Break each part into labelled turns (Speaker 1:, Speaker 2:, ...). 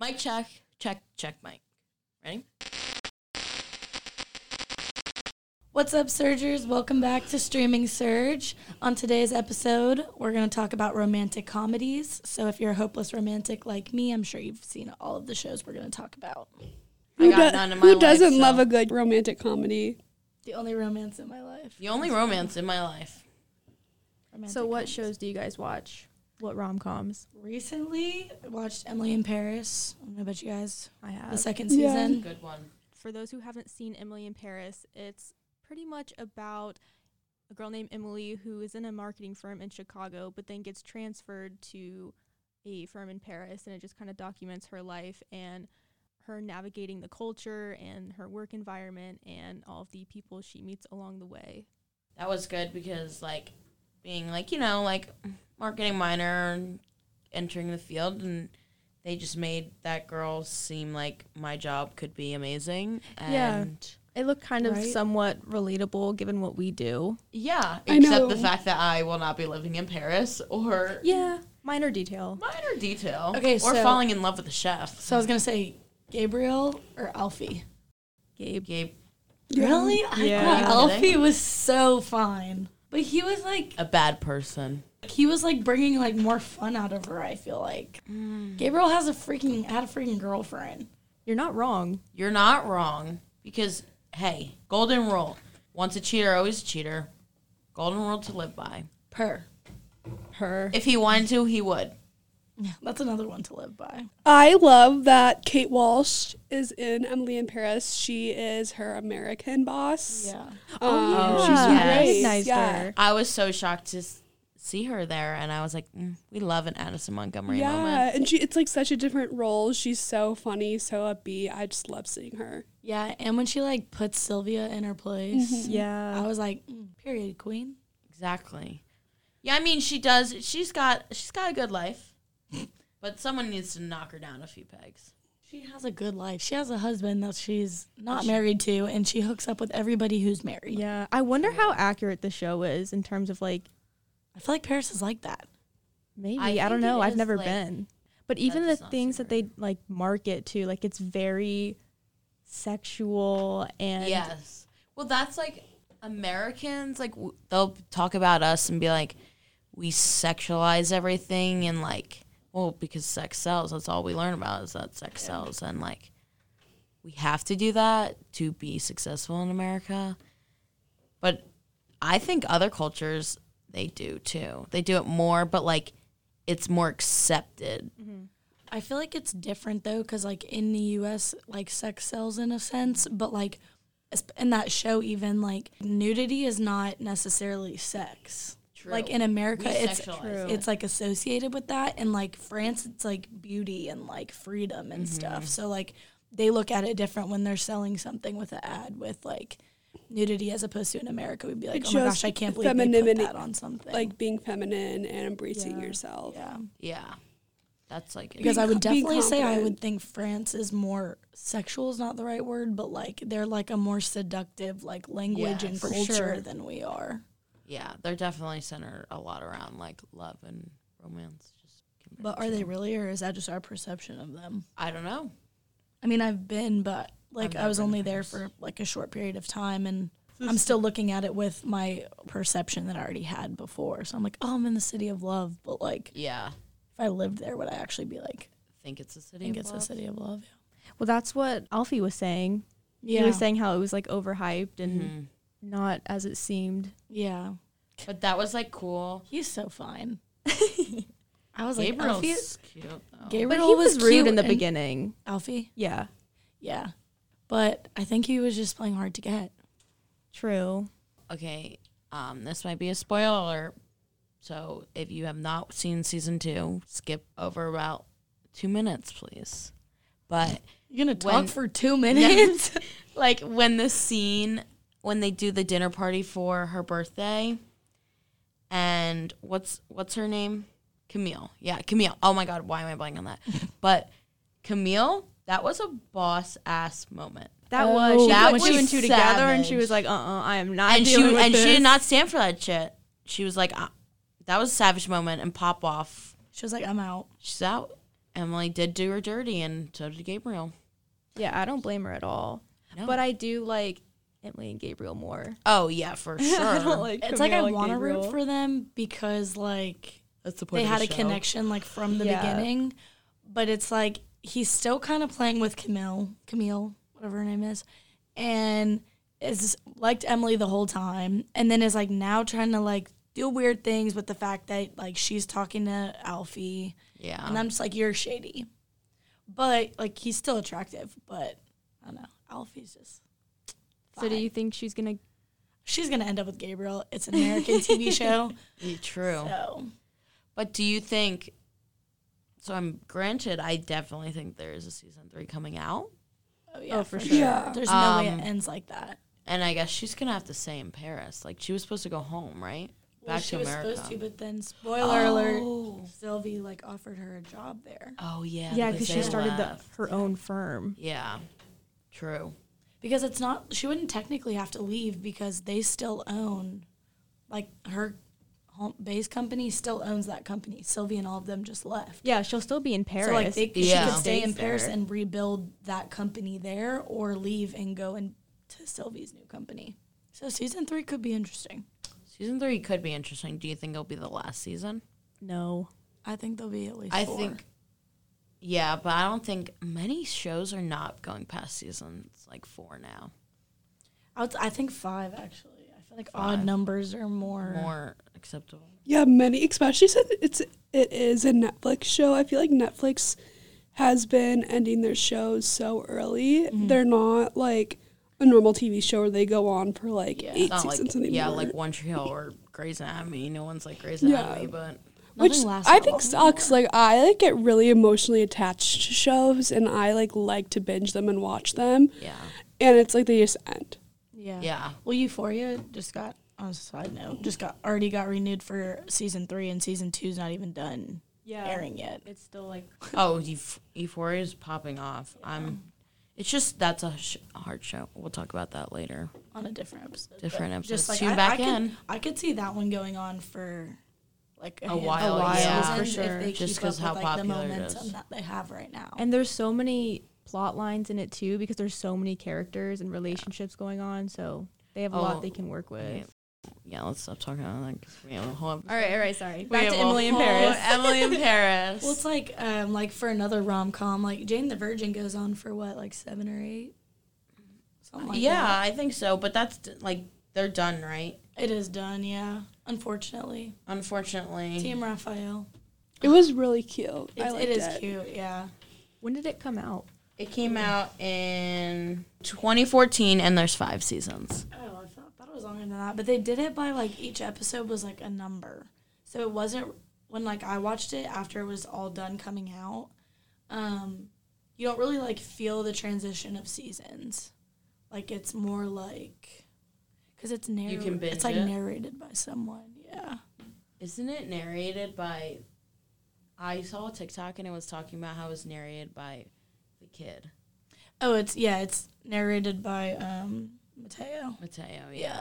Speaker 1: Mic check, check, check mic. Ready? What's up, Surgers? Welcome back to Streaming Surge. On today's episode, we're going to talk about romantic comedies. So, if you're a hopeless romantic like me, I'm sure you've seen all of the shows we're going to talk about.
Speaker 2: Who,
Speaker 1: I got
Speaker 2: do-
Speaker 1: none in my
Speaker 2: who
Speaker 1: life,
Speaker 2: doesn't
Speaker 1: so-
Speaker 2: love a good romantic comedy?
Speaker 1: The only romance in my life.
Speaker 3: The only romance in my life.
Speaker 1: Romantic
Speaker 4: So what
Speaker 1: comedies.
Speaker 4: shows do you guys watch? What rom coms?
Speaker 1: Recently, I watched Emily in Paris. I don't know about you guys.
Speaker 4: I have.
Speaker 1: The
Speaker 3: Uh,
Speaker 1: second
Speaker 2: Yeah.
Speaker 1: season.
Speaker 3: Good one.
Speaker 4: For those who haven't seen Emily in Paris, it's pretty much about a girl named Emily who is in a marketing firm in Chicago, but then gets transferred to a firm in Paris, and it just kind of documents her life and her navigating the culture and her work environment and all of the people she meets along the way.
Speaker 3: That was good because like being like, you know, like marketing minor and entering the field and they just made that girl seem like my job could be amazing.
Speaker 4: Yeah.
Speaker 3: And
Speaker 4: It looked kind
Speaker 1: of Right.
Speaker 4: somewhat relatable given what we do.
Speaker 3: yeah.
Speaker 2: I
Speaker 3: Except
Speaker 2: know.
Speaker 3: the fact that I will not be living in Paris or
Speaker 4: Yeah, minor detail.
Speaker 3: minor detail.
Speaker 1: Okay,
Speaker 3: Or
Speaker 1: so-
Speaker 3: falling in love with a chef.
Speaker 1: So, I was going to say Gabriel or Alfie.
Speaker 4: Gabe.
Speaker 3: Gabe
Speaker 1: Really? I
Speaker 4: Yeah.
Speaker 3: Are
Speaker 1: thought
Speaker 3: you
Speaker 1: Alfie
Speaker 3: kidding?
Speaker 1: was so fine. But he was like
Speaker 3: a bad person.
Speaker 1: he was like bringing like more fun out of her, I feel like. Gabriel has a freaking had a freaking girlfriend.
Speaker 4: You're not wrong.
Speaker 3: You're not wrong because hey, golden rule. Once a cheater, always a cheater. Golden rule to live by.
Speaker 1: Per.
Speaker 4: Her.
Speaker 3: If he wanted to, he would.
Speaker 1: Yeah, that's another one to live by.
Speaker 2: I love that Kate Walsh is in Emily in Paris. She is her American boss.
Speaker 1: Yeah.
Speaker 2: oh,
Speaker 3: yeah.
Speaker 2: she's
Speaker 3: I
Speaker 2: great.
Speaker 4: recognized
Speaker 2: yeah.
Speaker 4: her.
Speaker 3: I was so shocked to s- see her there, and I was like, mm, we love an Addison Montgomery
Speaker 2: Yeah,
Speaker 3: moment.
Speaker 2: and she it's like such a different role. She's so funny, so upbeat. I just love seeing her.
Speaker 1: Yeah, and when she like puts Sylvia in her place, I
Speaker 4: Yeah.
Speaker 1: was like, mm, period queen.
Speaker 3: Exactly. Yeah, I mean, she does. She's got she's got a good life, but someone needs to knock her down a few pegs.
Speaker 1: She has a good life. She has a husband that she's not married to and she hooks up with everybody who's married.
Speaker 4: Yeah. I wonder how accurate the show is in terms of like
Speaker 1: I feel like Paris is like that.
Speaker 4: maybe
Speaker 3: I
Speaker 4: I, don't
Speaker 3: think
Speaker 4: know.
Speaker 3: it
Speaker 4: I've
Speaker 3: is,
Speaker 4: never
Speaker 3: like-
Speaker 4: been. But even the
Speaker 3: does not
Speaker 4: things that
Speaker 3: seem
Speaker 4: they like market to, like it's very sexual and
Speaker 3: yes. Well, that's like Americans. Like w- they'll talk about us and be like, we sexualize everything, and like, well, because sex sells. That's all we learn about is that sex sells, and like, we have to do that to be successful in America. But I think other cultures they do too. They do it more, but like, it's more accepted.
Speaker 1: I feel like it's different though, because like in the U.S., like sex sells in a sense, but like es- in that show, even like nudity is not necessarily sex.
Speaker 3: True.
Speaker 1: Like in America,
Speaker 3: We
Speaker 1: it's
Speaker 3: sexualize
Speaker 4: True. it.
Speaker 1: it's like associated with that, and like France, it's like beauty and like freedom
Speaker 3: Mm-hmm.
Speaker 1: and stuff. So like they look at it different when they're selling something with an ad with like nudity as opposed to in America, we'd be like,
Speaker 2: It
Speaker 1: oh my
Speaker 2: shows
Speaker 1: gosh, I can't believe they put
Speaker 2: femininity,
Speaker 1: that on something.
Speaker 2: Like being feminine and embracing
Speaker 4: Yeah.
Speaker 2: yourself.
Speaker 1: yeah.
Speaker 3: Yeah, that's like
Speaker 1: because I would
Speaker 2: co- being
Speaker 1: definitely say I
Speaker 2: confident.
Speaker 1: would think France is more sexual is not the right word, but like they're like a more seductive like language
Speaker 3: Yeah,
Speaker 1: and
Speaker 3: for
Speaker 1: culture
Speaker 3: sure.
Speaker 1: than we are.
Speaker 3: Yeah, they're definitely centered a lot around like love and romance. Just
Speaker 1: But are they really, or is that just our perception of them?
Speaker 3: I don't know.
Speaker 1: I mean, I've been, but
Speaker 3: I've
Speaker 1: like I
Speaker 3: never
Speaker 1: was
Speaker 3: been to
Speaker 1: only there
Speaker 3: France.
Speaker 1: for like a short period of time, and I'm still looking at it with my perception that I already had before. So I'm like, oh, I'm in the city of love, but like if
Speaker 3: Yeah,
Speaker 1: I lived there, would I actually be like,
Speaker 3: think it's a city.
Speaker 1: I think
Speaker 3: of
Speaker 1: it's
Speaker 3: love.
Speaker 1: a city of love?
Speaker 4: well that's what Alfie was saying.
Speaker 1: Yeah,
Speaker 4: He was saying how it was like overhyped and
Speaker 1: Mm-hmm.
Speaker 3: Mhm.
Speaker 4: not as it seemed.
Speaker 1: yeah.
Speaker 3: But that was like cool.
Speaker 1: He's so fine. I was like,
Speaker 3: Gabriel's
Speaker 1: Alfie,
Speaker 3: cute. Though.
Speaker 1: Gabriel
Speaker 4: But he was, rude
Speaker 1: cute
Speaker 4: in the
Speaker 1: and-
Speaker 4: beginning.
Speaker 1: Alfie,
Speaker 4: Yeah.
Speaker 1: yeah, but I think he was just playing hard to get.
Speaker 4: True.
Speaker 3: okay, um, this might be a spoiler. alert. So if you have not seen season two, skip over about two minutes, please. But
Speaker 1: You're gonna
Speaker 3: When-
Speaker 1: talk for two minutes.
Speaker 3: like when the scene when they do the dinner party for her birthday and what's what's her name camille yeah camille oh my god why am i blanking on that but camille that was a boss ass moment
Speaker 4: That
Speaker 1: Oh,
Speaker 4: was she
Speaker 3: that
Speaker 4: put two
Speaker 3: was
Speaker 4: and two together and she
Speaker 3: savage.
Speaker 4: was like, uh uh I am not
Speaker 3: and she
Speaker 4: dealing with
Speaker 3: and she
Speaker 4: this."
Speaker 3: did not stand for that shit "Ah," she was like uh, that was a savage moment and pop off
Speaker 1: she was like, "I'm out."
Speaker 3: she's out Emily did do her dirty, and so did Gabriel.
Speaker 4: Yeah, I don't blame her at all.
Speaker 3: No.
Speaker 4: But I do like Emily and Gabriel more.
Speaker 3: Oh yeah, for sure.
Speaker 4: I don't like
Speaker 1: It's like I
Speaker 4: Camille and
Speaker 1: want to root
Speaker 4: Gabriel.
Speaker 1: for them because like
Speaker 3: That's the point.
Speaker 1: they
Speaker 3: of
Speaker 1: had
Speaker 3: the show.
Speaker 1: a connection like from the
Speaker 4: Yeah.
Speaker 1: beginning, but it's like he's still kind of playing with Camille, Camille, whatever her name is, and is liked Emily the whole time, and then is like now trying to like do weird things with the fact that like she's talking to Alfie,
Speaker 3: Yeah.
Speaker 1: and I'm just like you're shady, but like he's still attractive, but I don't know, Alfie's just.
Speaker 4: So do
Speaker 1: fine.
Speaker 4: you think she's gonna?
Speaker 1: She's gonna end up with Gabriel. It's an American TV show,
Speaker 3: Yeah, true.
Speaker 1: so
Speaker 3: But do you think? So I'm granted. I definitely think there is a season three coming out,
Speaker 1: oh, yeah,
Speaker 4: Oh, for
Speaker 2: sure. Yeah.
Speaker 1: There's no way
Speaker 3: Um,
Speaker 1: it ends like that.
Speaker 3: and I guess she's gonna have to stay in Paris. Like she was supposed to go home, right? Back
Speaker 1: Well, she
Speaker 3: to
Speaker 1: was
Speaker 3: America.
Speaker 1: supposed to, but then spoiler alert, Sylvie like offered her a job there
Speaker 3: Oh yeah.
Speaker 4: Yeah,
Speaker 3: because
Speaker 4: because
Speaker 3: they
Speaker 4: she started the,
Speaker 3: left.
Speaker 4: her own firm.
Speaker 3: Yeah. True.
Speaker 1: because it's not. She wouldn't technically have to leave because they still own, like her home base company still owns that company. Sylvie and all of them just left.
Speaker 4: Yeah, she'll still be in Paris.
Speaker 1: So like they, she
Speaker 3: Yeah.
Speaker 1: could stay in
Speaker 4: Stays
Speaker 1: Paris
Speaker 4: there.
Speaker 1: and rebuild that company there, or leave and go into Sylvie's new company. So season three could be interesting.
Speaker 3: Season three could be interesting. Do you think it'll be the last season?
Speaker 4: no.
Speaker 1: I think there'll be at least.
Speaker 3: I
Speaker 1: four.
Speaker 3: think. Yeah, but I don't think many shows are not going past seasons like four now.
Speaker 1: I, would- I think five actually. I feel like
Speaker 3: Five.
Speaker 1: odd numbers are more.
Speaker 3: More acceptable.
Speaker 2: Yeah, many, especially since it's it is a Netflix show. I feel like Netflix has been ending their shows so early.
Speaker 1: Mm-hmm.
Speaker 2: They're not like a normal TV show where they go on for like
Speaker 1: Yeah.
Speaker 2: eight
Speaker 3: Not like
Speaker 2: seasons anymore.
Speaker 3: yeah, like One Tree Hill or Grey's Anatomy. No one's like Grey's
Speaker 2: Yeah.
Speaker 3: Anatomy, but
Speaker 2: which
Speaker 1: Nothing lasts
Speaker 2: I
Speaker 1: that
Speaker 2: think
Speaker 1: long
Speaker 2: sucks. Like I like get really emotionally attached to shows, and I like like to binge them and watch them,
Speaker 3: yeah,
Speaker 2: and it's like they just end.
Speaker 1: Yeah.
Speaker 3: yeah.
Speaker 1: Well, Euphoria just got on a side note, just got already got renewed for season three, and season two's not even done
Speaker 4: Yeah,
Speaker 1: airing yet.
Speaker 4: it's still like
Speaker 3: Oh, Euph- Euphoria is popping off. I'm. It's just that's a, sh- a hard show. We'll talk about that later.
Speaker 1: On a different episode.
Speaker 3: Different
Speaker 1: But
Speaker 3: episodes. Tune back in.
Speaker 1: Could, I could see that one going on for like
Speaker 3: A
Speaker 1: handful
Speaker 3: while,
Speaker 1: of
Speaker 3: yeah.
Speaker 1: seasons
Speaker 3: For
Speaker 4: sure.
Speaker 1: If they
Speaker 3: Just
Speaker 1: keep
Speaker 3: 'cause
Speaker 1: up
Speaker 3: how
Speaker 1: with, like, the
Speaker 3: popular it
Speaker 1: momentum
Speaker 3: is.
Speaker 1: that they have right now.
Speaker 4: And there's so many plot lines in it too because there's so many characters and relationships going on. So they have a
Speaker 3: Oh,
Speaker 4: lot they can work with.
Speaker 3: wait. Yeah, let's stop talking about that 'cause we have a whole.
Speaker 4: All right, all right, sorry.
Speaker 3: we
Speaker 4: Back
Speaker 3: have
Speaker 4: to
Speaker 3: a
Speaker 4: Emily in
Speaker 3: whole
Speaker 4: Paris.
Speaker 3: Emily in Paris.
Speaker 1: well, it's like um, like for another rom com, like Jane the Virgin goes on for what, like seven or eight. Something like
Speaker 3: yeah, I think so. But that's d- like they're done, right?
Speaker 1: that. it is done. Yeah, unfortunately,
Speaker 3: Unfortunately,
Speaker 1: Team Raphael.
Speaker 2: It was really cute. I
Speaker 1: It's,
Speaker 2: liked
Speaker 1: it is cute. Yeah.
Speaker 4: When did it come out?
Speaker 3: it came out in 2014, and there's five seasons.
Speaker 1: Oh, I thought, thought it was longer than that. But they did it by like each episode was like a number. So it wasn't when like I watched it after it was all done coming out. Um, you don't really like feel the transition of seasons. Like it's more like because it's narrated.
Speaker 3: can binge
Speaker 1: it's like
Speaker 3: it?
Speaker 1: narrated by someone. Yeah.
Speaker 3: Isn't it narrated by? I saw a TikTok and it was talking about how it was narrated by the kid
Speaker 1: Oh, it's yeah. It's narrated by um Mateo.
Speaker 3: Mateo. Yeah.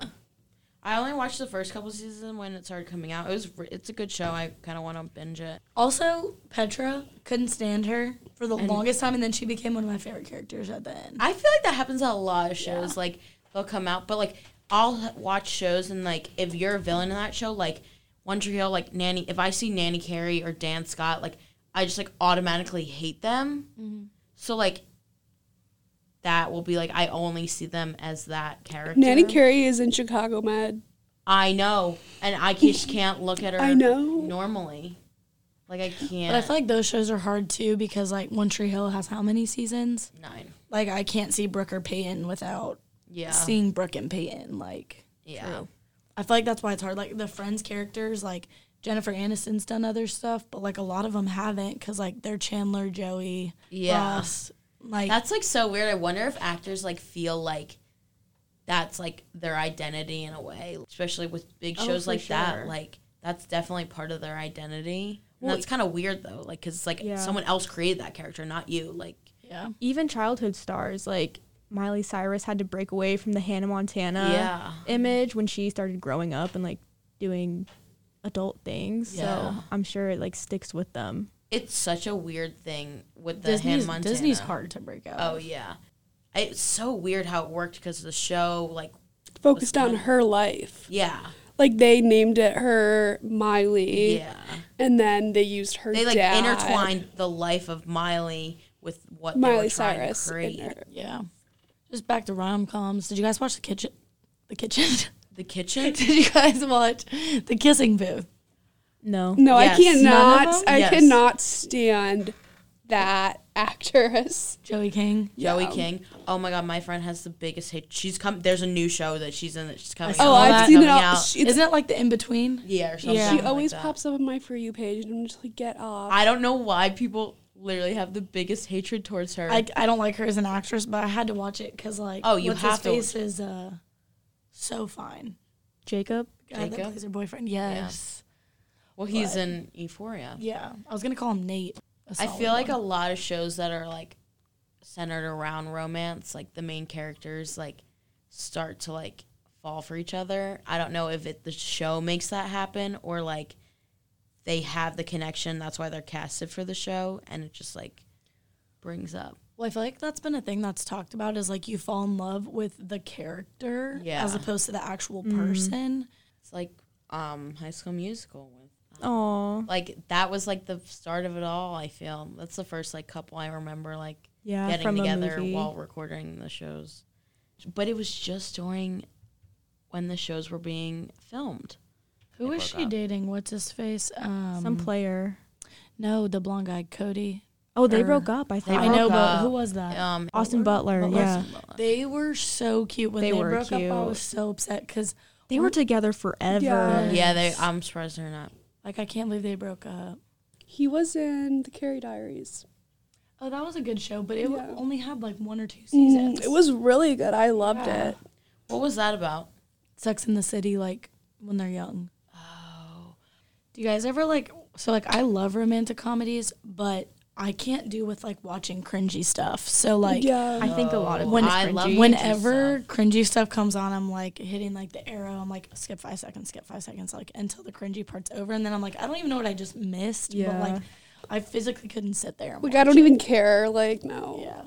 Speaker 3: I only watched the first couple seasons when it started coming out. It was r- it's a good show. I kind of want to binge it.
Speaker 1: Also, Petra couldn't stand her for the
Speaker 3: And-
Speaker 1: longest time, and then she became one of my favorite characters at the end.
Speaker 3: I feel like that happens at a lot of shows.
Speaker 1: Yeah.
Speaker 3: Like they'll come out, but like I'll h- watch shows and like if you're a villain in that show, like One Tree Hill, like Nanny. If I see Nanny Carey or Dan Scott, like I just like automatically hate them. So like that will be like I only see them as that character.
Speaker 2: Nanny Carey is in Chicago Med.
Speaker 3: I know, and I just can't look at her.
Speaker 2: I know.
Speaker 3: normally. Like I can't.
Speaker 1: But I feel like those shows are hard too because like One Tree Hill has how many seasons?
Speaker 3: nine.
Speaker 1: Like I can't see Brooke or Peyton without
Speaker 3: Yeah.
Speaker 1: seeing Brooke and Peyton. Like
Speaker 3: yeah.
Speaker 1: I feel like that's why it's hard. Like the Friends characters, like Jennifer Aniston's done other stuff, but like a lot of them haven't because like they're Chandler, Joey,
Speaker 3: Yeah.
Speaker 1: Ross. Like
Speaker 3: That's like so weird. I wonder if actors like feel like that's like their identity in a way, especially with big
Speaker 4: Oh,
Speaker 3: shows
Speaker 4: for
Speaker 3: like that.
Speaker 4: sure.
Speaker 3: Like that's definitely part of their identity. And
Speaker 4: Well,
Speaker 3: that's kind of weird though, like because it's like
Speaker 4: Yeah.
Speaker 3: someone else created that character, not you. Like
Speaker 1: yeah,
Speaker 4: Even childhood stars like Miley Cyrus had to break away from the Hannah Montana
Speaker 3: yeah,
Speaker 4: image when she started growing up and like doing adult things.
Speaker 3: Yeah.
Speaker 4: So I'm sure it like sticks with them.
Speaker 3: it's such a weird thing with the
Speaker 1: Disney's,
Speaker 3: hand Montana.
Speaker 1: Disney's hard to break out.
Speaker 3: Oh yeah, it's so weird how it worked because the show, like,
Speaker 2: Focused on her life.
Speaker 3: yeah,
Speaker 2: Like they named it her Miley,
Speaker 3: yeah,
Speaker 2: and then they used her.
Speaker 3: they like
Speaker 2: dad,
Speaker 3: intertwined the life of Miley with what they
Speaker 2: Miley
Speaker 3: were trying
Speaker 2: Cyrus.
Speaker 3: to
Speaker 2: In
Speaker 3: create.
Speaker 2: her.
Speaker 1: Yeah. Just back to rom coms. Did you guys watch the kitchen? The kitchen.
Speaker 3: The kitchen.
Speaker 1: Did you guys watch the kissing booth?
Speaker 4: No.
Speaker 2: No,
Speaker 3: Yes.
Speaker 2: I
Speaker 1: None of
Speaker 2: cannot.
Speaker 1: them?
Speaker 2: I
Speaker 3: Yes.
Speaker 2: cannot stand that actress.
Speaker 1: Joey King.
Speaker 3: Joey
Speaker 2: Yeah.
Speaker 3: King. Oh my god, my friend has the biggest hit. She's come. There's a new show that she's in. That she's coming.
Speaker 1: saw
Speaker 3: out.
Speaker 2: Oh,
Speaker 1: that
Speaker 2: I've seen it.
Speaker 3: coming
Speaker 2: All,
Speaker 3: out.
Speaker 2: she, it's-
Speaker 1: Isn't it like the in between?
Speaker 3: yeah, or something.
Speaker 1: Yeah.
Speaker 2: she
Speaker 1: like
Speaker 2: always
Speaker 3: like that.
Speaker 2: pops up on my for you page, and I'm just like, get off.
Speaker 3: I don't know why people literally have the biggest hatred towards her.
Speaker 1: I, I don't like her as an actress, but I had to watch it because like
Speaker 3: Oh, you
Speaker 1: what's
Speaker 3: have to.
Speaker 1: his face is uh so fine.
Speaker 4: Jacob.
Speaker 1: The Guy that
Speaker 3: Jacob?
Speaker 1: plays her boyfriend. Yes.
Speaker 3: well, he's
Speaker 1: What?
Speaker 3: in Euphoria.
Speaker 1: Yeah. I was gonna call him Nate. A
Speaker 3: I
Speaker 1: solid
Speaker 3: feel like a
Speaker 1: one.
Speaker 3: lot of shows that are like centered around romance, like the main characters like start to like fall for each other. I don't know if it the show makes that happen or like they have the connection, that's why they're casted for the show and it just like brings up.
Speaker 1: Well, I feel like that's been a thing that's talked about is like you fall in love with the character
Speaker 3: Yeah.
Speaker 1: as opposed to the actual person.
Speaker 3: It's like um high school musical with um,
Speaker 4: Oh.
Speaker 3: like that was like the start of it all, I feel. That's the first like couple I remember like
Speaker 4: Yeah.
Speaker 3: getting
Speaker 4: from
Speaker 3: together
Speaker 4: a movie.
Speaker 3: while recording the shows. But it was just during when the shows were being filmed.
Speaker 1: Who
Speaker 3: They
Speaker 1: is
Speaker 3: broke
Speaker 1: she
Speaker 3: up.
Speaker 1: dating? What's his face? Um,
Speaker 4: Some player.
Speaker 1: No, the blonde guy, Cody.
Speaker 4: Oh, they
Speaker 3: er,
Speaker 4: broke up. I
Speaker 3: they
Speaker 4: thought.
Speaker 1: I know,
Speaker 3: broke
Speaker 1: but
Speaker 3: up.
Speaker 1: who was that?
Speaker 3: Um,
Speaker 4: Austin Butler.
Speaker 1: Butler.
Speaker 4: Yeah.
Speaker 1: They were so cute when they,
Speaker 4: They were
Speaker 1: broke up. I
Speaker 4: cute.
Speaker 1: was so upset because
Speaker 4: They were together forever.
Speaker 2: Yeah.
Speaker 3: yeah, they. I'm surprised they're not.
Speaker 1: like I can't believe they broke up.
Speaker 2: He was in the Carrie Diaries.
Speaker 1: Oh, that was a good show, but it
Speaker 2: Yeah.
Speaker 1: only had like one or two seasons.
Speaker 2: Mhm. It was really good. I loved
Speaker 1: Yeah.
Speaker 2: it.
Speaker 3: What was that about?
Speaker 1: Sex in the City, like when they're young.
Speaker 3: Oh,
Speaker 1: Do you guys ever like? So like I love romantic comedies, but I can't do with like watching cringy stuff. So like.
Speaker 2: yeah.
Speaker 4: I think a lot of
Speaker 1: When-
Speaker 4: it's
Speaker 3: Oh, I love
Speaker 4: cringy.
Speaker 3: when-
Speaker 1: Whenever cringy stuff comes on, I'm like hitting like the arrow. I'm like skip five seconds, skip five seconds, like until the cringy part's over, and then I'm like I don't even know what I just missed.
Speaker 4: Yeah.
Speaker 1: But like I physically couldn't sit there. and
Speaker 2: like I don't
Speaker 1: watch
Speaker 2: even care. Like no.
Speaker 1: it. Yeah.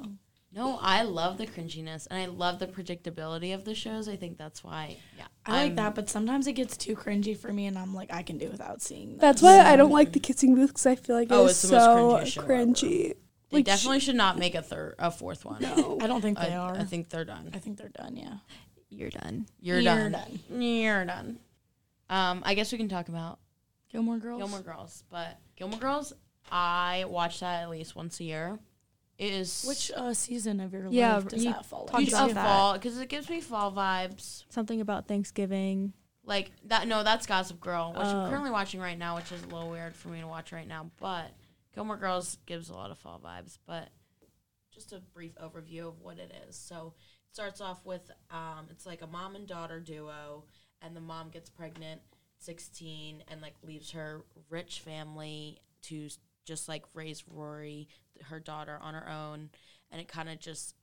Speaker 3: no, I love the cringiness and I love the predictability of the shows. I think that's why. Yeah,
Speaker 1: I like
Speaker 3: I'm-
Speaker 1: that, but sometimes it gets too cringy for me, and I'm like, I can do without seeing. This.
Speaker 2: That's why I don't like the kissing booth because I feel like
Speaker 3: Mm. Oh,
Speaker 2: it's
Speaker 3: it's the
Speaker 2: so
Speaker 3: most cringiest show ever.
Speaker 2: cringy.
Speaker 3: They
Speaker 2: Like, sh-
Speaker 3: definitely should not make a third, a fourth one.
Speaker 2: No.
Speaker 1: I don't think they
Speaker 3: I,
Speaker 1: are.
Speaker 3: I think they're done.
Speaker 1: I think they're done. Yeah.
Speaker 4: You're done.
Speaker 3: You're,
Speaker 1: You're
Speaker 3: done.
Speaker 1: done.
Speaker 3: You're done. Um, I guess we can talk about
Speaker 1: Gilmore Girls.
Speaker 3: Gilmore Girls, but Gilmore Girls, I watch that at least once a year. It is
Speaker 1: Which uh, season of your
Speaker 4: Yeah,
Speaker 1: life does
Speaker 4: you
Speaker 1: that fall?
Speaker 4: talked
Speaker 1: into?
Speaker 3: huge
Speaker 4: about
Speaker 3: of
Speaker 4: that.
Speaker 3: fall because it gives me fall vibes.
Speaker 4: Something about Thanksgiving.
Speaker 3: Like that. No, that's Gossip Girl, which
Speaker 4: Oh.
Speaker 3: I'm currently watching right now, which is a little weird for me to watch right now. But Gilmore Girls gives a lot of fall vibes. But just a brief overview of what it is. So it starts off with um, it's like a mom and daughter duo, and the mom gets pregnant, sixteen, and like leaves her rich family to s- just like raise Rory, th- her daughter, on her own, and it kind of just.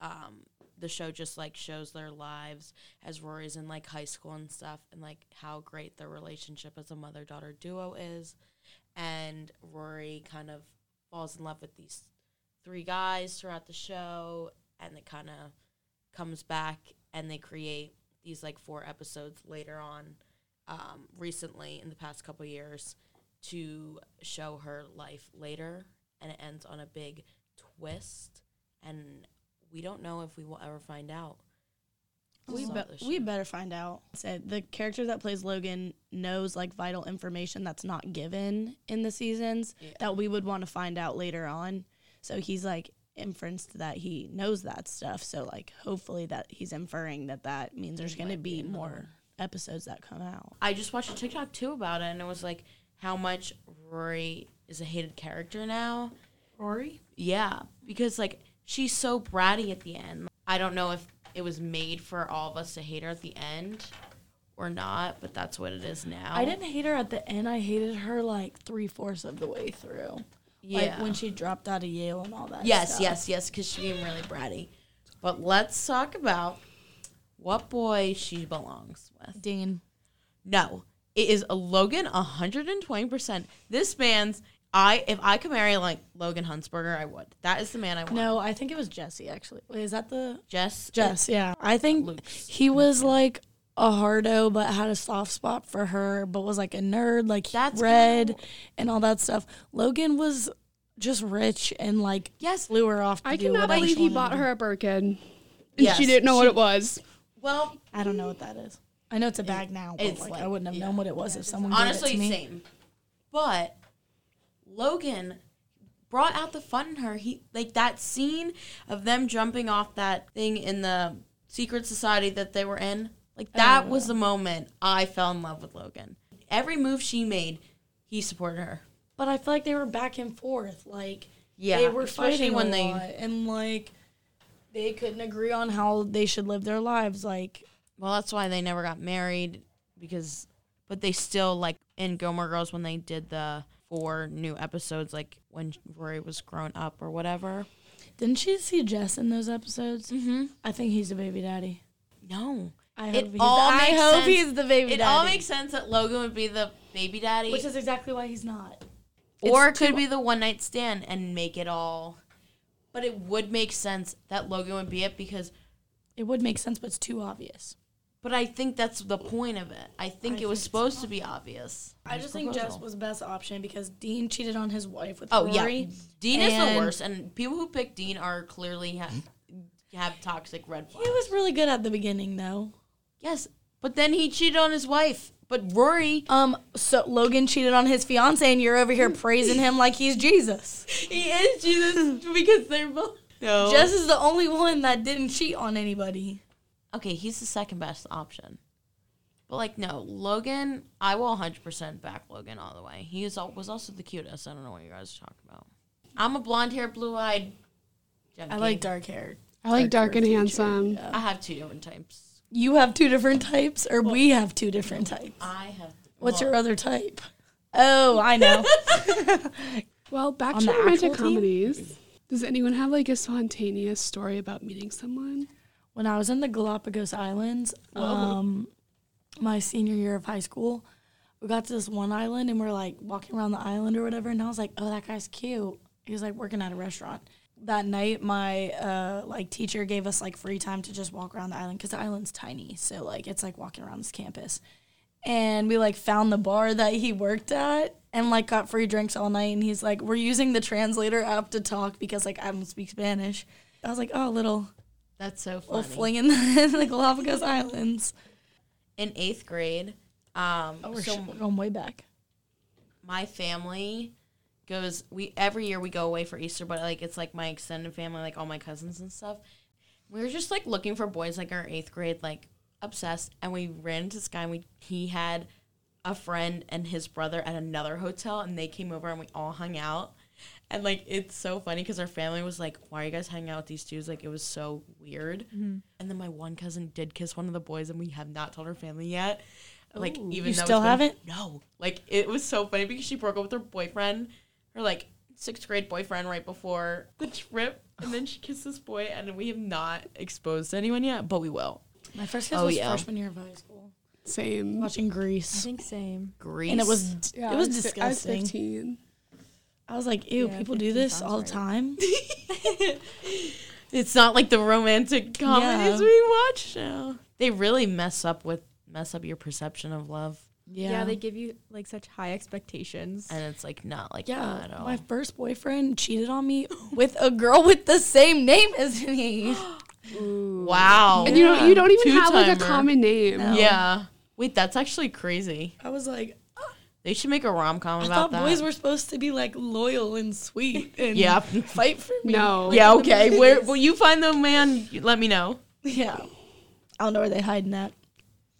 Speaker 3: Um, the show just like shows their lives as Rory's in like high school and stuff, and like how great their relationship as a mother daughter duo is. And Rory kind of falls in love with these three guys throughout the show, and it kind of comes back and they create these like four episodes later on, um, recently in the past couple years, to show her life later, and it ends on a big twist, and we don't know if we will ever find out.
Speaker 5: We,
Speaker 3: Love
Speaker 5: be-
Speaker 3: this
Speaker 5: we
Speaker 3: show.
Speaker 5: better find out. Said the character that plays Logan knows like vital information that's not given in the seasons
Speaker 3: Yeah.
Speaker 5: that we would want to find out later on. So he's like inferenced that he knows that stuff. So like hopefully that he's inferring that that means there's
Speaker 3: There
Speaker 5: going to
Speaker 3: might be
Speaker 5: be
Speaker 3: another
Speaker 5: more
Speaker 3: one.
Speaker 5: episodes that come out.
Speaker 3: I just watched a TikTok too about it, and it was like how much Rory is a hated character now.
Speaker 1: Rory.
Speaker 3: Yeah, because like she's so bratty at the end. I don't know if it was made for all of us to hate her at the end or not, but that's what it is now.
Speaker 1: I didn't hate her at the end. I hated her like three fourths of the way through.
Speaker 3: Yeah.
Speaker 1: Like when she dropped out of Yale and all that.
Speaker 3: yes,
Speaker 1: stuff.
Speaker 3: yes, yes, because she became really bratty. But let's talk about what boy she belongs with.
Speaker 5: Dean,
Speaker 3: No, it is a Logan 120%. This man's, I if I could marry like Logan Huntsberger, I would. That is the man I want.
Speaker 1: No, I think it was Jesse actually. Wait, is that the
Speaker 3: Jess.
Speaker 1: Jess? Yeah, I think
Speaker 3: Luke's.
Speaker 1: he was like a hardo, but had a soft spot for her, but was like a nerd, like
Speaker 3: That's
Speaker 1: red
Speaker 3: kinda-
Speaker 1: and all that stuff. Logan was just rich and like
Speaker 3: Yes.
Speaker 1: flew her off. To
Speaker 2: I
Speaker 1: do
Speaker 2: cannot
Speaker 1: whatever
Speaker 2: believe
Speaker 1: she
Speaker 2: he
Speaker 1: wanted
Speaker 2: bought
Speaker 1: to do.
Speaker 2: her a Birkin. And
Speaker 3: Yes.
Speaker 2: she didn't know what it was.
Speaker 3: Well,
Speaker 1: I don't know what that is. I know it's a bag now, but
Speaker 3: it's
Speaker 1: like,
Speaker 3: like-
Speaker 1: I wouldn't have
Speaker 3: yeah.
Speaker 1: known what it was if someone
Speaker 3: honestly,
Speaker 1: gave it to me.
Speaker 3: same. But Logan brought out the fun in her. He like that scene of them jumping off that thing in the secret society that they were in. Like that was
Speaker 1: Oh.
Speaker 3: the moment I fell in love with Logan. Every move she made, he supported her.
Speaker 1: But I feel like they were back and forth. Like
Speaker 3: Yeah,
Speaker 1: they were
Speaker 3: especially
Speaker 1: fighting
Speaker 3: when
Speaker 1: when
Speaker 3: they-
Speaker 1: they and like they couldn't agree on how they should live their lives. Like
Speaker 3: Well, that's why they never got married because, but they still like in Gilmore Girls when they did the four new episodes, like when Rory was grown up or whatever.
Speaker 1: didn't she see Jess in those episodes?
Speaker 3: Mm-hmm.
Speaker 1: I think he's a baby daddy.
Speaker 3: No,
Speaker 1: I
Speaker 3: It
Speaker 1: hope he's,
Speaker 3: all
Speaker 1: I
Speaker 3: makes
Speaker 1: hope
Speaker 3: sense.
Speaker 1: he's the baby
Speaker 3: it
Speaker 1: daddy.
Speaker 3: all makes sense that Logan would be the baby daddy,
Speaker 1: which is exactly why he's not.
Speaker 3: or it could be the one night stand and make it all. But it would make sense that Logan would be it because.
Speaker 1: It would make sense, but it's too obvious.
Speaker 3: But I think that's the point of it. I think it was supposed to be obvious.
Speaker 1: I just think Jess was the best option because Dean cheated on his wife with
Speaker 3: Oh
Speaker 1: Rory.
Speaker 3: yeah, Dean is
Speaker 1: and-
Speaker 3: the worst, and people who pick Dean are clearly ha- have toxic red
Speaker 1: He
Speaker 3: flags.
Speaker 1: was really good at the beginning though.
Speaker 3: Yes, but then he cheated on his wife. But Rory,
Speaker 1: Um, so Logan cheated on his fiance, and you're over here praising him like he's Jesus.
Speaker 3: he is Jesus because they're both no.
Speaker 1: Jess is the only one that didn't cheat on anybody.
Speaker 3: okay, he's the second best option. But like no, Logan, I will 100% back Logan all the way. He is al- was also the cutest. I don't know what you guys are talking about. I'm a blonde-haired, blue-eyed.
Speaker 1: I like dark hair.
Speaker 2: I like dark and handsome.
Speaker 3: I have two different types.
Speaker 1: You have two different types, or we have two different types.
Speaker 3: I have.
Speaker 1: What's your other type? Oh, I know.
Speaker 2: Well, back
Speaker 1: On
Speaker 2: to
Speaker 1: the
Speaker 2: romantic
Speaker 1: actual team?
Speaker 2: comedies. Does anyone have like a spontaneous story about meeting someone?
Speaker 1: when I was in the Galapagos Islands, um, my senior year of high school, we got to this one island and we're like walking around the island or whatever. And I was like, oh, that guy's cute. He was like working at a restaurant. That night, my uh, like teacher gave us like free time to just walk around the island because the island's tiny. So like it's like walking around this campus. And we like found the bar that he worked at and like got free drinks all night. And he's like, we're using the translator app to talk because like I don't speak Spanish. I was like, oh, little
Speaker 3: That's so
Speaker 1: or
Speaker 3: funny.
Speaker 1: flinging the, the Galapagos Islands.
Speaker 3: in eighth grade. Um,
Speaker 1: Oh, we're,
Speaker 3: so
Speaker 1: sh- we're going way back.
Speaker 3: my family goes. We every year we go away for Easter, but like it's like my extended family, like all my cousins and stuff. We were just like looking for boys, like our eighth grade, like obsessed, and we ran into this guy. And we he had a friend and his brother at another hotel, and they came over and we all hung out. And like it's so funny because our family was like, "Why are you guys hanging out with these dudes?" Like it was so weird.
Speaker 1: Mm-hmm.
Speaker 3: And then my one cousin did kiss one of the boys, and we have not told our family yet. Like even though
Speaker 1: You
Speaker 3: it's
Speaker 1: still
Speaker 3: been-
Speaker 1: haven't?
Speaker 3: No. Like it was so funny because she broke up with her boyfriend, her like sixth grade boyfriend, right before the trip, and then she kissed this boy, and we have not exposed to anyone yet, but we will.
Speaker 1: My first kiss
Speaker 3: Oh,
Speaker 1: was
Speaker 3: yeah.
Speaker 1: freshman year of high school.
Speaker 2: Same.
Speaker 1: Watching Grease.
Speaker 4: think same.
Speaker 3: Greece.
Speaker 1: And it was it was
Speaker 2: I fi- I was
Speaker 1: disgusting. I was,
Speaker 2: 15.
Speaker 1: like, ew,
Speaker 4: Yeah,
Speaker 1: people do
Speaker 4: 15
Speaker 1: this
Speaker 4: sounds
Speaker 1: all the
Speaker 4: right.
Speaker 1: time.
Speaker 3: It's not like the romantic comedies
Speaker 1: Yeah.
Speaker 3: we watch now. They really mess up with mess up your perception of love,
Speaker 1: Yeah.
Speaker 4: yeah, they give you like such high expectations.
Speaker 3: and it's like not like
Speaker 1: yeah,
Speaker 3: that at all.
Speaker 1: my first boyfriend cheated on me with a girl with the same name as me.
Speaker 3: wow.
Speaker 2: And you don't you don't even have like a
Speaker 3: Two-timer.
Speaker 2: common name.
Speaker 3: Yeah. Wait, that's actually crazy.
Speaker 1: I was like,
Speaker 3: They should make a rom com
Speaker 1: I
Speaker 3: about
Speaker 1: thought
Speaker 3: that.
Speaker 1: boys were supposed to be like loyal and sweet and
Speaker 3: yeah.
Speaker 1: fight for me.
Speaker 2: No.
Speaker 3: yeah. Okay. Where will you find the man? you- Let me know.
Speaker 1: Yeah. I don't know where they hiding that.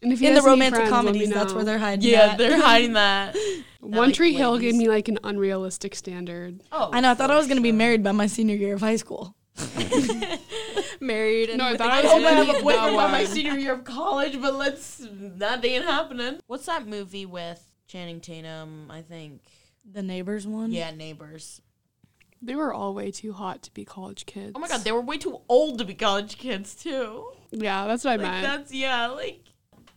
Speaker 2: And if he
Speaker 1: In the
Speaker 2: has any
Speaker 1: romantic
Speaker 2: friends, let me
Speaker 1: comedies, that's
Speaker 2: know.
Speaker 1: where they're hiding
Speaker 3: Yeah,
Speaker 1: that.
Speaker 3: they're hiding that.
Speaker 2: One
Speaker 3: like,
Speaker 2: Tree Hill
Speaker 3: ladies.
Speaker 2: gave me like an unrealistic standard.
Speaker 3: Oh,
Speaker 1: I know. I thought I was going to be married by my senior year of high school.
Speaker 3: married. And
Speaker 2: No, I
Speaker 3: with
Speaker 2: thought
Speaker 3: a
Speaker 2: I was
Speaker 3: kid.
Speaker 2: gonna
Speaker 3: hope I
Speaker 2: be
Speaker 3: have a boyfriend by my
Speaker 2: that one.
Speaker 3: senior year of college, but let's that ain't happening. What's that movie with Channing Tatum? I think.
Speaker 1: The neighbors one.
Speaker 3: Yeah, neighbors.
Speaker 2: They were all way too hot to be college kids.
Speaker 3: Oh my god, they were way too old to be college kids too.
Speaker 2: Yeah, that's what I
Speaker 3: Like
Speaker 2: meant.
Speaker 3: that's yeah, like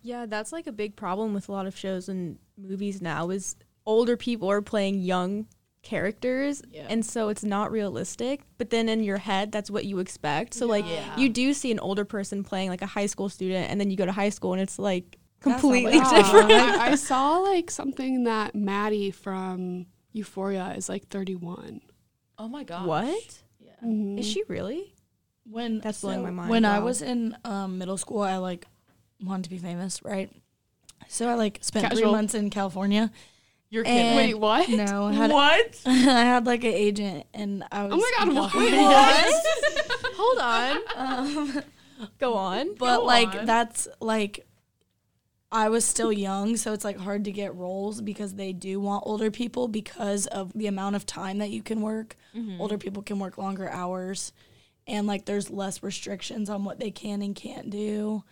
Speaker 4: Yeah, that's like a big problem with a lot of shows and movies now is older people are playing young characters
Speaker 5: Yeah.
Speaker 4: and so it's not realistic but then in your head that's what you expect so like
Speaker 3: Yeah.
Speaker 4: you do see an older person playing like a high school student and then you go to high school and it's like
Speaker 3: That's not what
Speaker 4: completely
Speaker 3: it is.
Speaker 4: different
Speaker 6: Oh
Speaker 2: I, I saw like something that Maddie from Euphoria is like 31.
Speaker 3: Oh my god.
Speaker 4: what
Speaker 5: Yeah.
Speaker 2: Mhm.
Speaker 4: Mm-hmm. is she really
Speaker 1: When
Speaker 4: That's blowing my mind.
Speaker 1: When I
Speaker 4: Wow.
Speaker 1: was in um, middle school, I like wanted to be famous, right? So I like spent three
Speaker 6: Casual.
Speaker 1: months in California.
Speaker 6: You're
Speaker 1: kidding.
Speaker 6: kidding. Wait, what?
Speaker 1: No, I had
Speaker 3: What?
Speaker 1: I had like an agent, and I was.
Speaker 6: Oh my god,
Speaker 1: in
Speaker 6: what?
Speaker 1: California.
Speaker 6: Hold on. Um,
Speaker 4: go on
Speaker 1: But
Speaker 6: Go
Speaker 1: like
Speaker 6: on.
Speaker 1: that's like I was still young, so it's like hard to get roles because they do want older people because of the amount of time that you can work. Older people can work longer hours and like there's less restrictions on what they can and can't do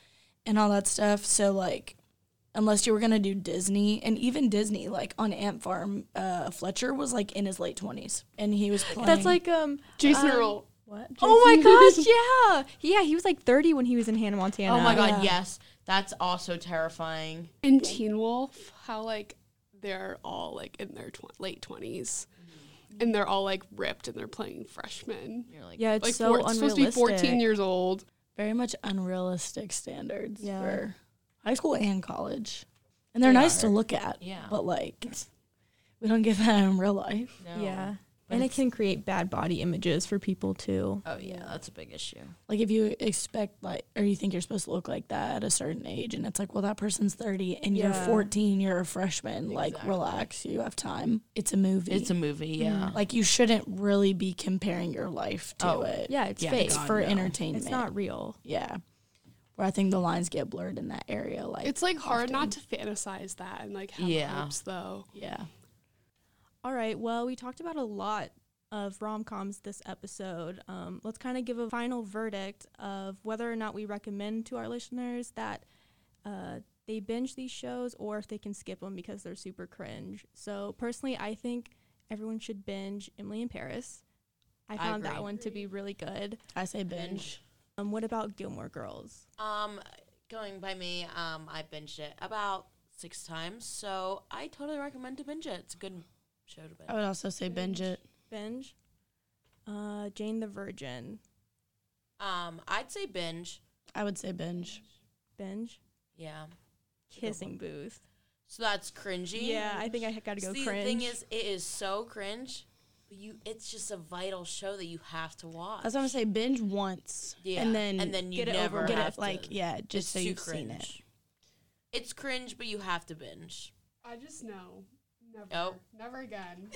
Speaker 1: and all that stuff. So like unless you were going to do Disney and even Disney like on Ant Farm, uh Fletcher was like in his late 20s and he was playing
Speaker 4: that's like um
Speaker 6: Jason
Speaker 4: Um,
Speaker 6: Earl.
Speaker 5: What?
Speaker 4: oh my gosh yeah yeah he was like 30 when he was in hannah montana
Speaker 3: Oh my
Speaker 1: Yeah.
Speaker 3: god, yes. That's also terrifying.
Speaker 2: In Teen
Speaker 6: Teen Wolf, how like they're all like in their tw- late 20s
Speaker 4: Mm-hmm.
Speaker 6: and they're all like ripped and they're playing freshmen.
Speaker 3: You're like,
Speaker 4: yeah it's
Speaker 6: Like
Speaker 4: so
Speaker 6: four, it's
Speaker 4: unrealistic
Speaker 6: supposed to be 14 years old.
Speaker 1: very much unrealistic standards
Speaker 4: Yeah.
Speaker 1: for high school and college. And they're
Speaker 3: They
Speaker 1: nice to
Speaker 3: are.
Speaker 1: look at,
Speaker 3: Yeah.
Speaker 1: but like we don't get that in real life.
Speaker 3: No.
Speaker 4: yeah
Speaker 3: But
Speaker 4: and it
Speaker 3: it's-
Speaker 4: can create bad body images for people too
Speaker 3: Oh yeah, that's a big issue.
Speaker 1: Like if you expect like or you think you're supposed to look like that at a certain age and it's like, well that person's 30 and you're
Speaker 4: Yeah.
Speaker 1: 14, you're a freshman, like
Speaker 3: Exactly.
Speaker 1: relax, you have time. It's a movie.
Speaker 3: It's a movie, yeah.
Speaker 1: like you shouldn't really be comparing your life to
Speaker 3: Oh,
Speaker 1: it.
Speaker 4: yeah it's
Speaker 3: Yeah,
Speaker 4: fake
Speaker 1: It's
Speaker 3: God,
Speaker 1: for
Speaker 3: no.
Speaker 1: entertainment.
Speaker 4: it's not real
Speaker 1: Yeah. Where I think the lines get blurred in that area like
Speaker 6: It's like hard not to
Speaker 1: often.
Speaker 6: fantasize that and like have
Speaker 3: Yeah.
Speaker 6: hopes though.
Speaker 1: Yeah.
Speaker 4: All right. Well, we talked about a lot of rom coms this episode. Um, let's kind of give a final verdict of whether or not we recommend to our listeners that uh, they binge these shows or if they can skip them because they're super cringe. So, personally, I think everyone should binge Emily in Paris. I
Speaker 3: I
Speaker 4: found that
Speaker 3: agree.
Speaker 4: one to be really good.
Speaker 1: I say
Speaker 3: binge.
Speaker 4: Um, what about Gilmore Girls?
Speaker 3: Um, going by me, um, I binged it about six times, so I totally recommend to binge it. It's a good show to binge.
Speaker 5: I would also say binge it.
Speaker 4: Binge. Uh, Jane the Virgin.
Speaker 3: Um, I'd say binge.
Speaker 5: I would say binge.
Speaker 4: Binge.
Speaker 3: Yeah.
Speaker 4: Kissing Booth.
Speaker 3: So that's cringy.
Speaker 4: Yeah, I think I gotta go
Speaker 3: See,
Speaker 4: cringe.
Speaker 3: the thing is, it is so cringe. But you, it's just a vital show that you have to watch.
Speaker 5: That's what I'm gonna say. Binge once.
Speaker 3: Yeah,
Speaker 5: And then
Speaker 3: and then you
Speaker 4: get it
Speaker 3: never
Speaker 4: over
Speaker 5: get
Speaker 3: have
Speaker 5: it like
Speaker 3: to.
Speaker 5: yeah, just
Speaker 3: It's
Speaker 5: so
Speaker 3: too
Speaker 5: you've seen it.
Speaker 3: It's cringe, but you have to binge.
Speaker 6: I just know. Never.
Speaker 3: Oh.
Speaker 6: Never again.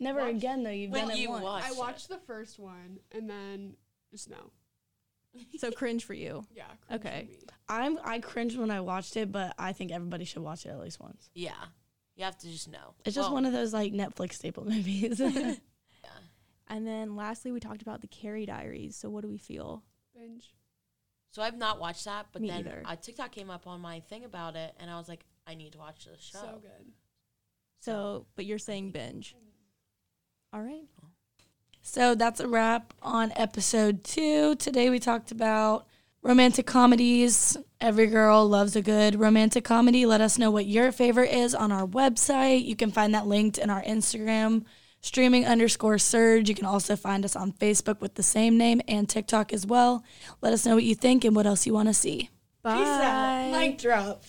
Speaker 5: Never
Speaker 6: Watch-
Speaker 5: again though. You've
Speaker 3: when
Speaker 5: done
Speaker 3: you
Speaker 5: it once.
Speaker 3: watch,
Speaker 6: I
Speaker 3: it.
Speaker 6: watched the first one and then just no.
Speaker 4: So, cringe for you.
Speaker 6: Yeah. cringe for
Speaker 4: Okay.
Speaker 6: me.
Speaker 5: I'm I cringed when I watched it, but I think everybody should watch it at least once.
Speaker 3: Yeah, you have to just know.
Speaker 5: It's just
Speaker 3: Well,
Speaker 5: one of those like Netflix staple movies.
Speaker 3: yeah.
Speaker 4: And then lastly, we talked about the Carrie Diaries. So what do we feel?
Speaker 6: Binge.
Speaker 3: So I've not watched that, but
Speaker 4: Me
Speaker 3: then
Speaker 4: either.
Speaker 3: uh, TikTok came up on my thing about it, and I was like, I need to watch this show.
Speaker 6: So good.
Speaker 4: So, but you're saying binge. All right.
Speaker 1: So that's a wrap on episode two. Today we talked about romantic comedies. Every girl loves a good romantic comedy. Let us know what your favorite is on our website. You can find that linked in our Instagram, streaming underscore surge. You can also find us on Facebook with the same name and TikTok as well. Let us know what you think and what else you want to see.
Speaker 4: Bye.
Speaker 1: Mic drop.